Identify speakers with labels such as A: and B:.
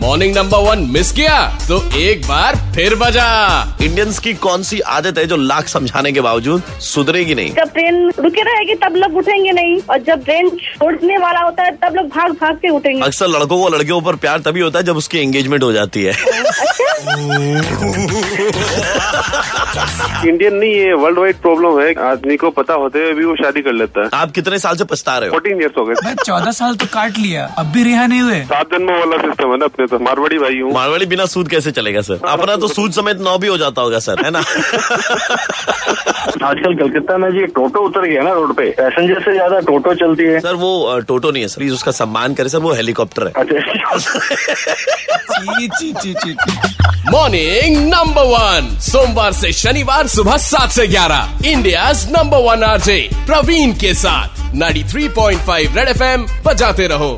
A: Morning number one miss किया तो एक बार फिर बजा
B: इंडियंस की कौन सी आदत है जो लाख समझाने के बावजूद सुधरेगी नहीं
C: जब ट्रेन रुके रहेगी तब लोग उठेंगे नहीं और जब ट्रेन छोड़ने वाला होता है तब लोग भाग भाग के उठेंगे
B: अक्सर लड़कों को लड़कियों पर प्यार तभी होता है जब उसकी एंगेजमेंट हो जाती है
D: इंडियन नहीं ये वर्ल्ड वाइड प्रॉब्लम है आदमी को पता होते हुए भी वो शादी कर लेता है
B: आप कितने साल से पछता रहे हो
D: फोर्टीन ईयर्स हो गए
E: मैं चौदह साल तो काट लिया अब भी रिहा नहीं हुए
D: सात जन्म वाला सिस्टम है ना अपने तो मारवाड़ी भाई हूँ
B: मारवाड़ी बिना सूद कैसे चलेगा सर अपना तो सूद समेत नौ भी हो जाता होगा सर है ना
F: आजकल कलकत्ता में जी टोटो उतर गया ना रोड पे पैसेंजर से ज्यादा टोटो चलती है
B: सर वो अ, टोटो नहीं है सर प्लीज उसका सम्मान करें सर वो हेलीकॉप्टर है
F: अच्छा,
E: ची ची ची ची ची।
A: मॉर्निंग नंबर वन सोमवार से शनिवार सुबह सात से ग्यारह India number one RJ Praveen के साथ 93.5 रेड एफएम बजाते रहो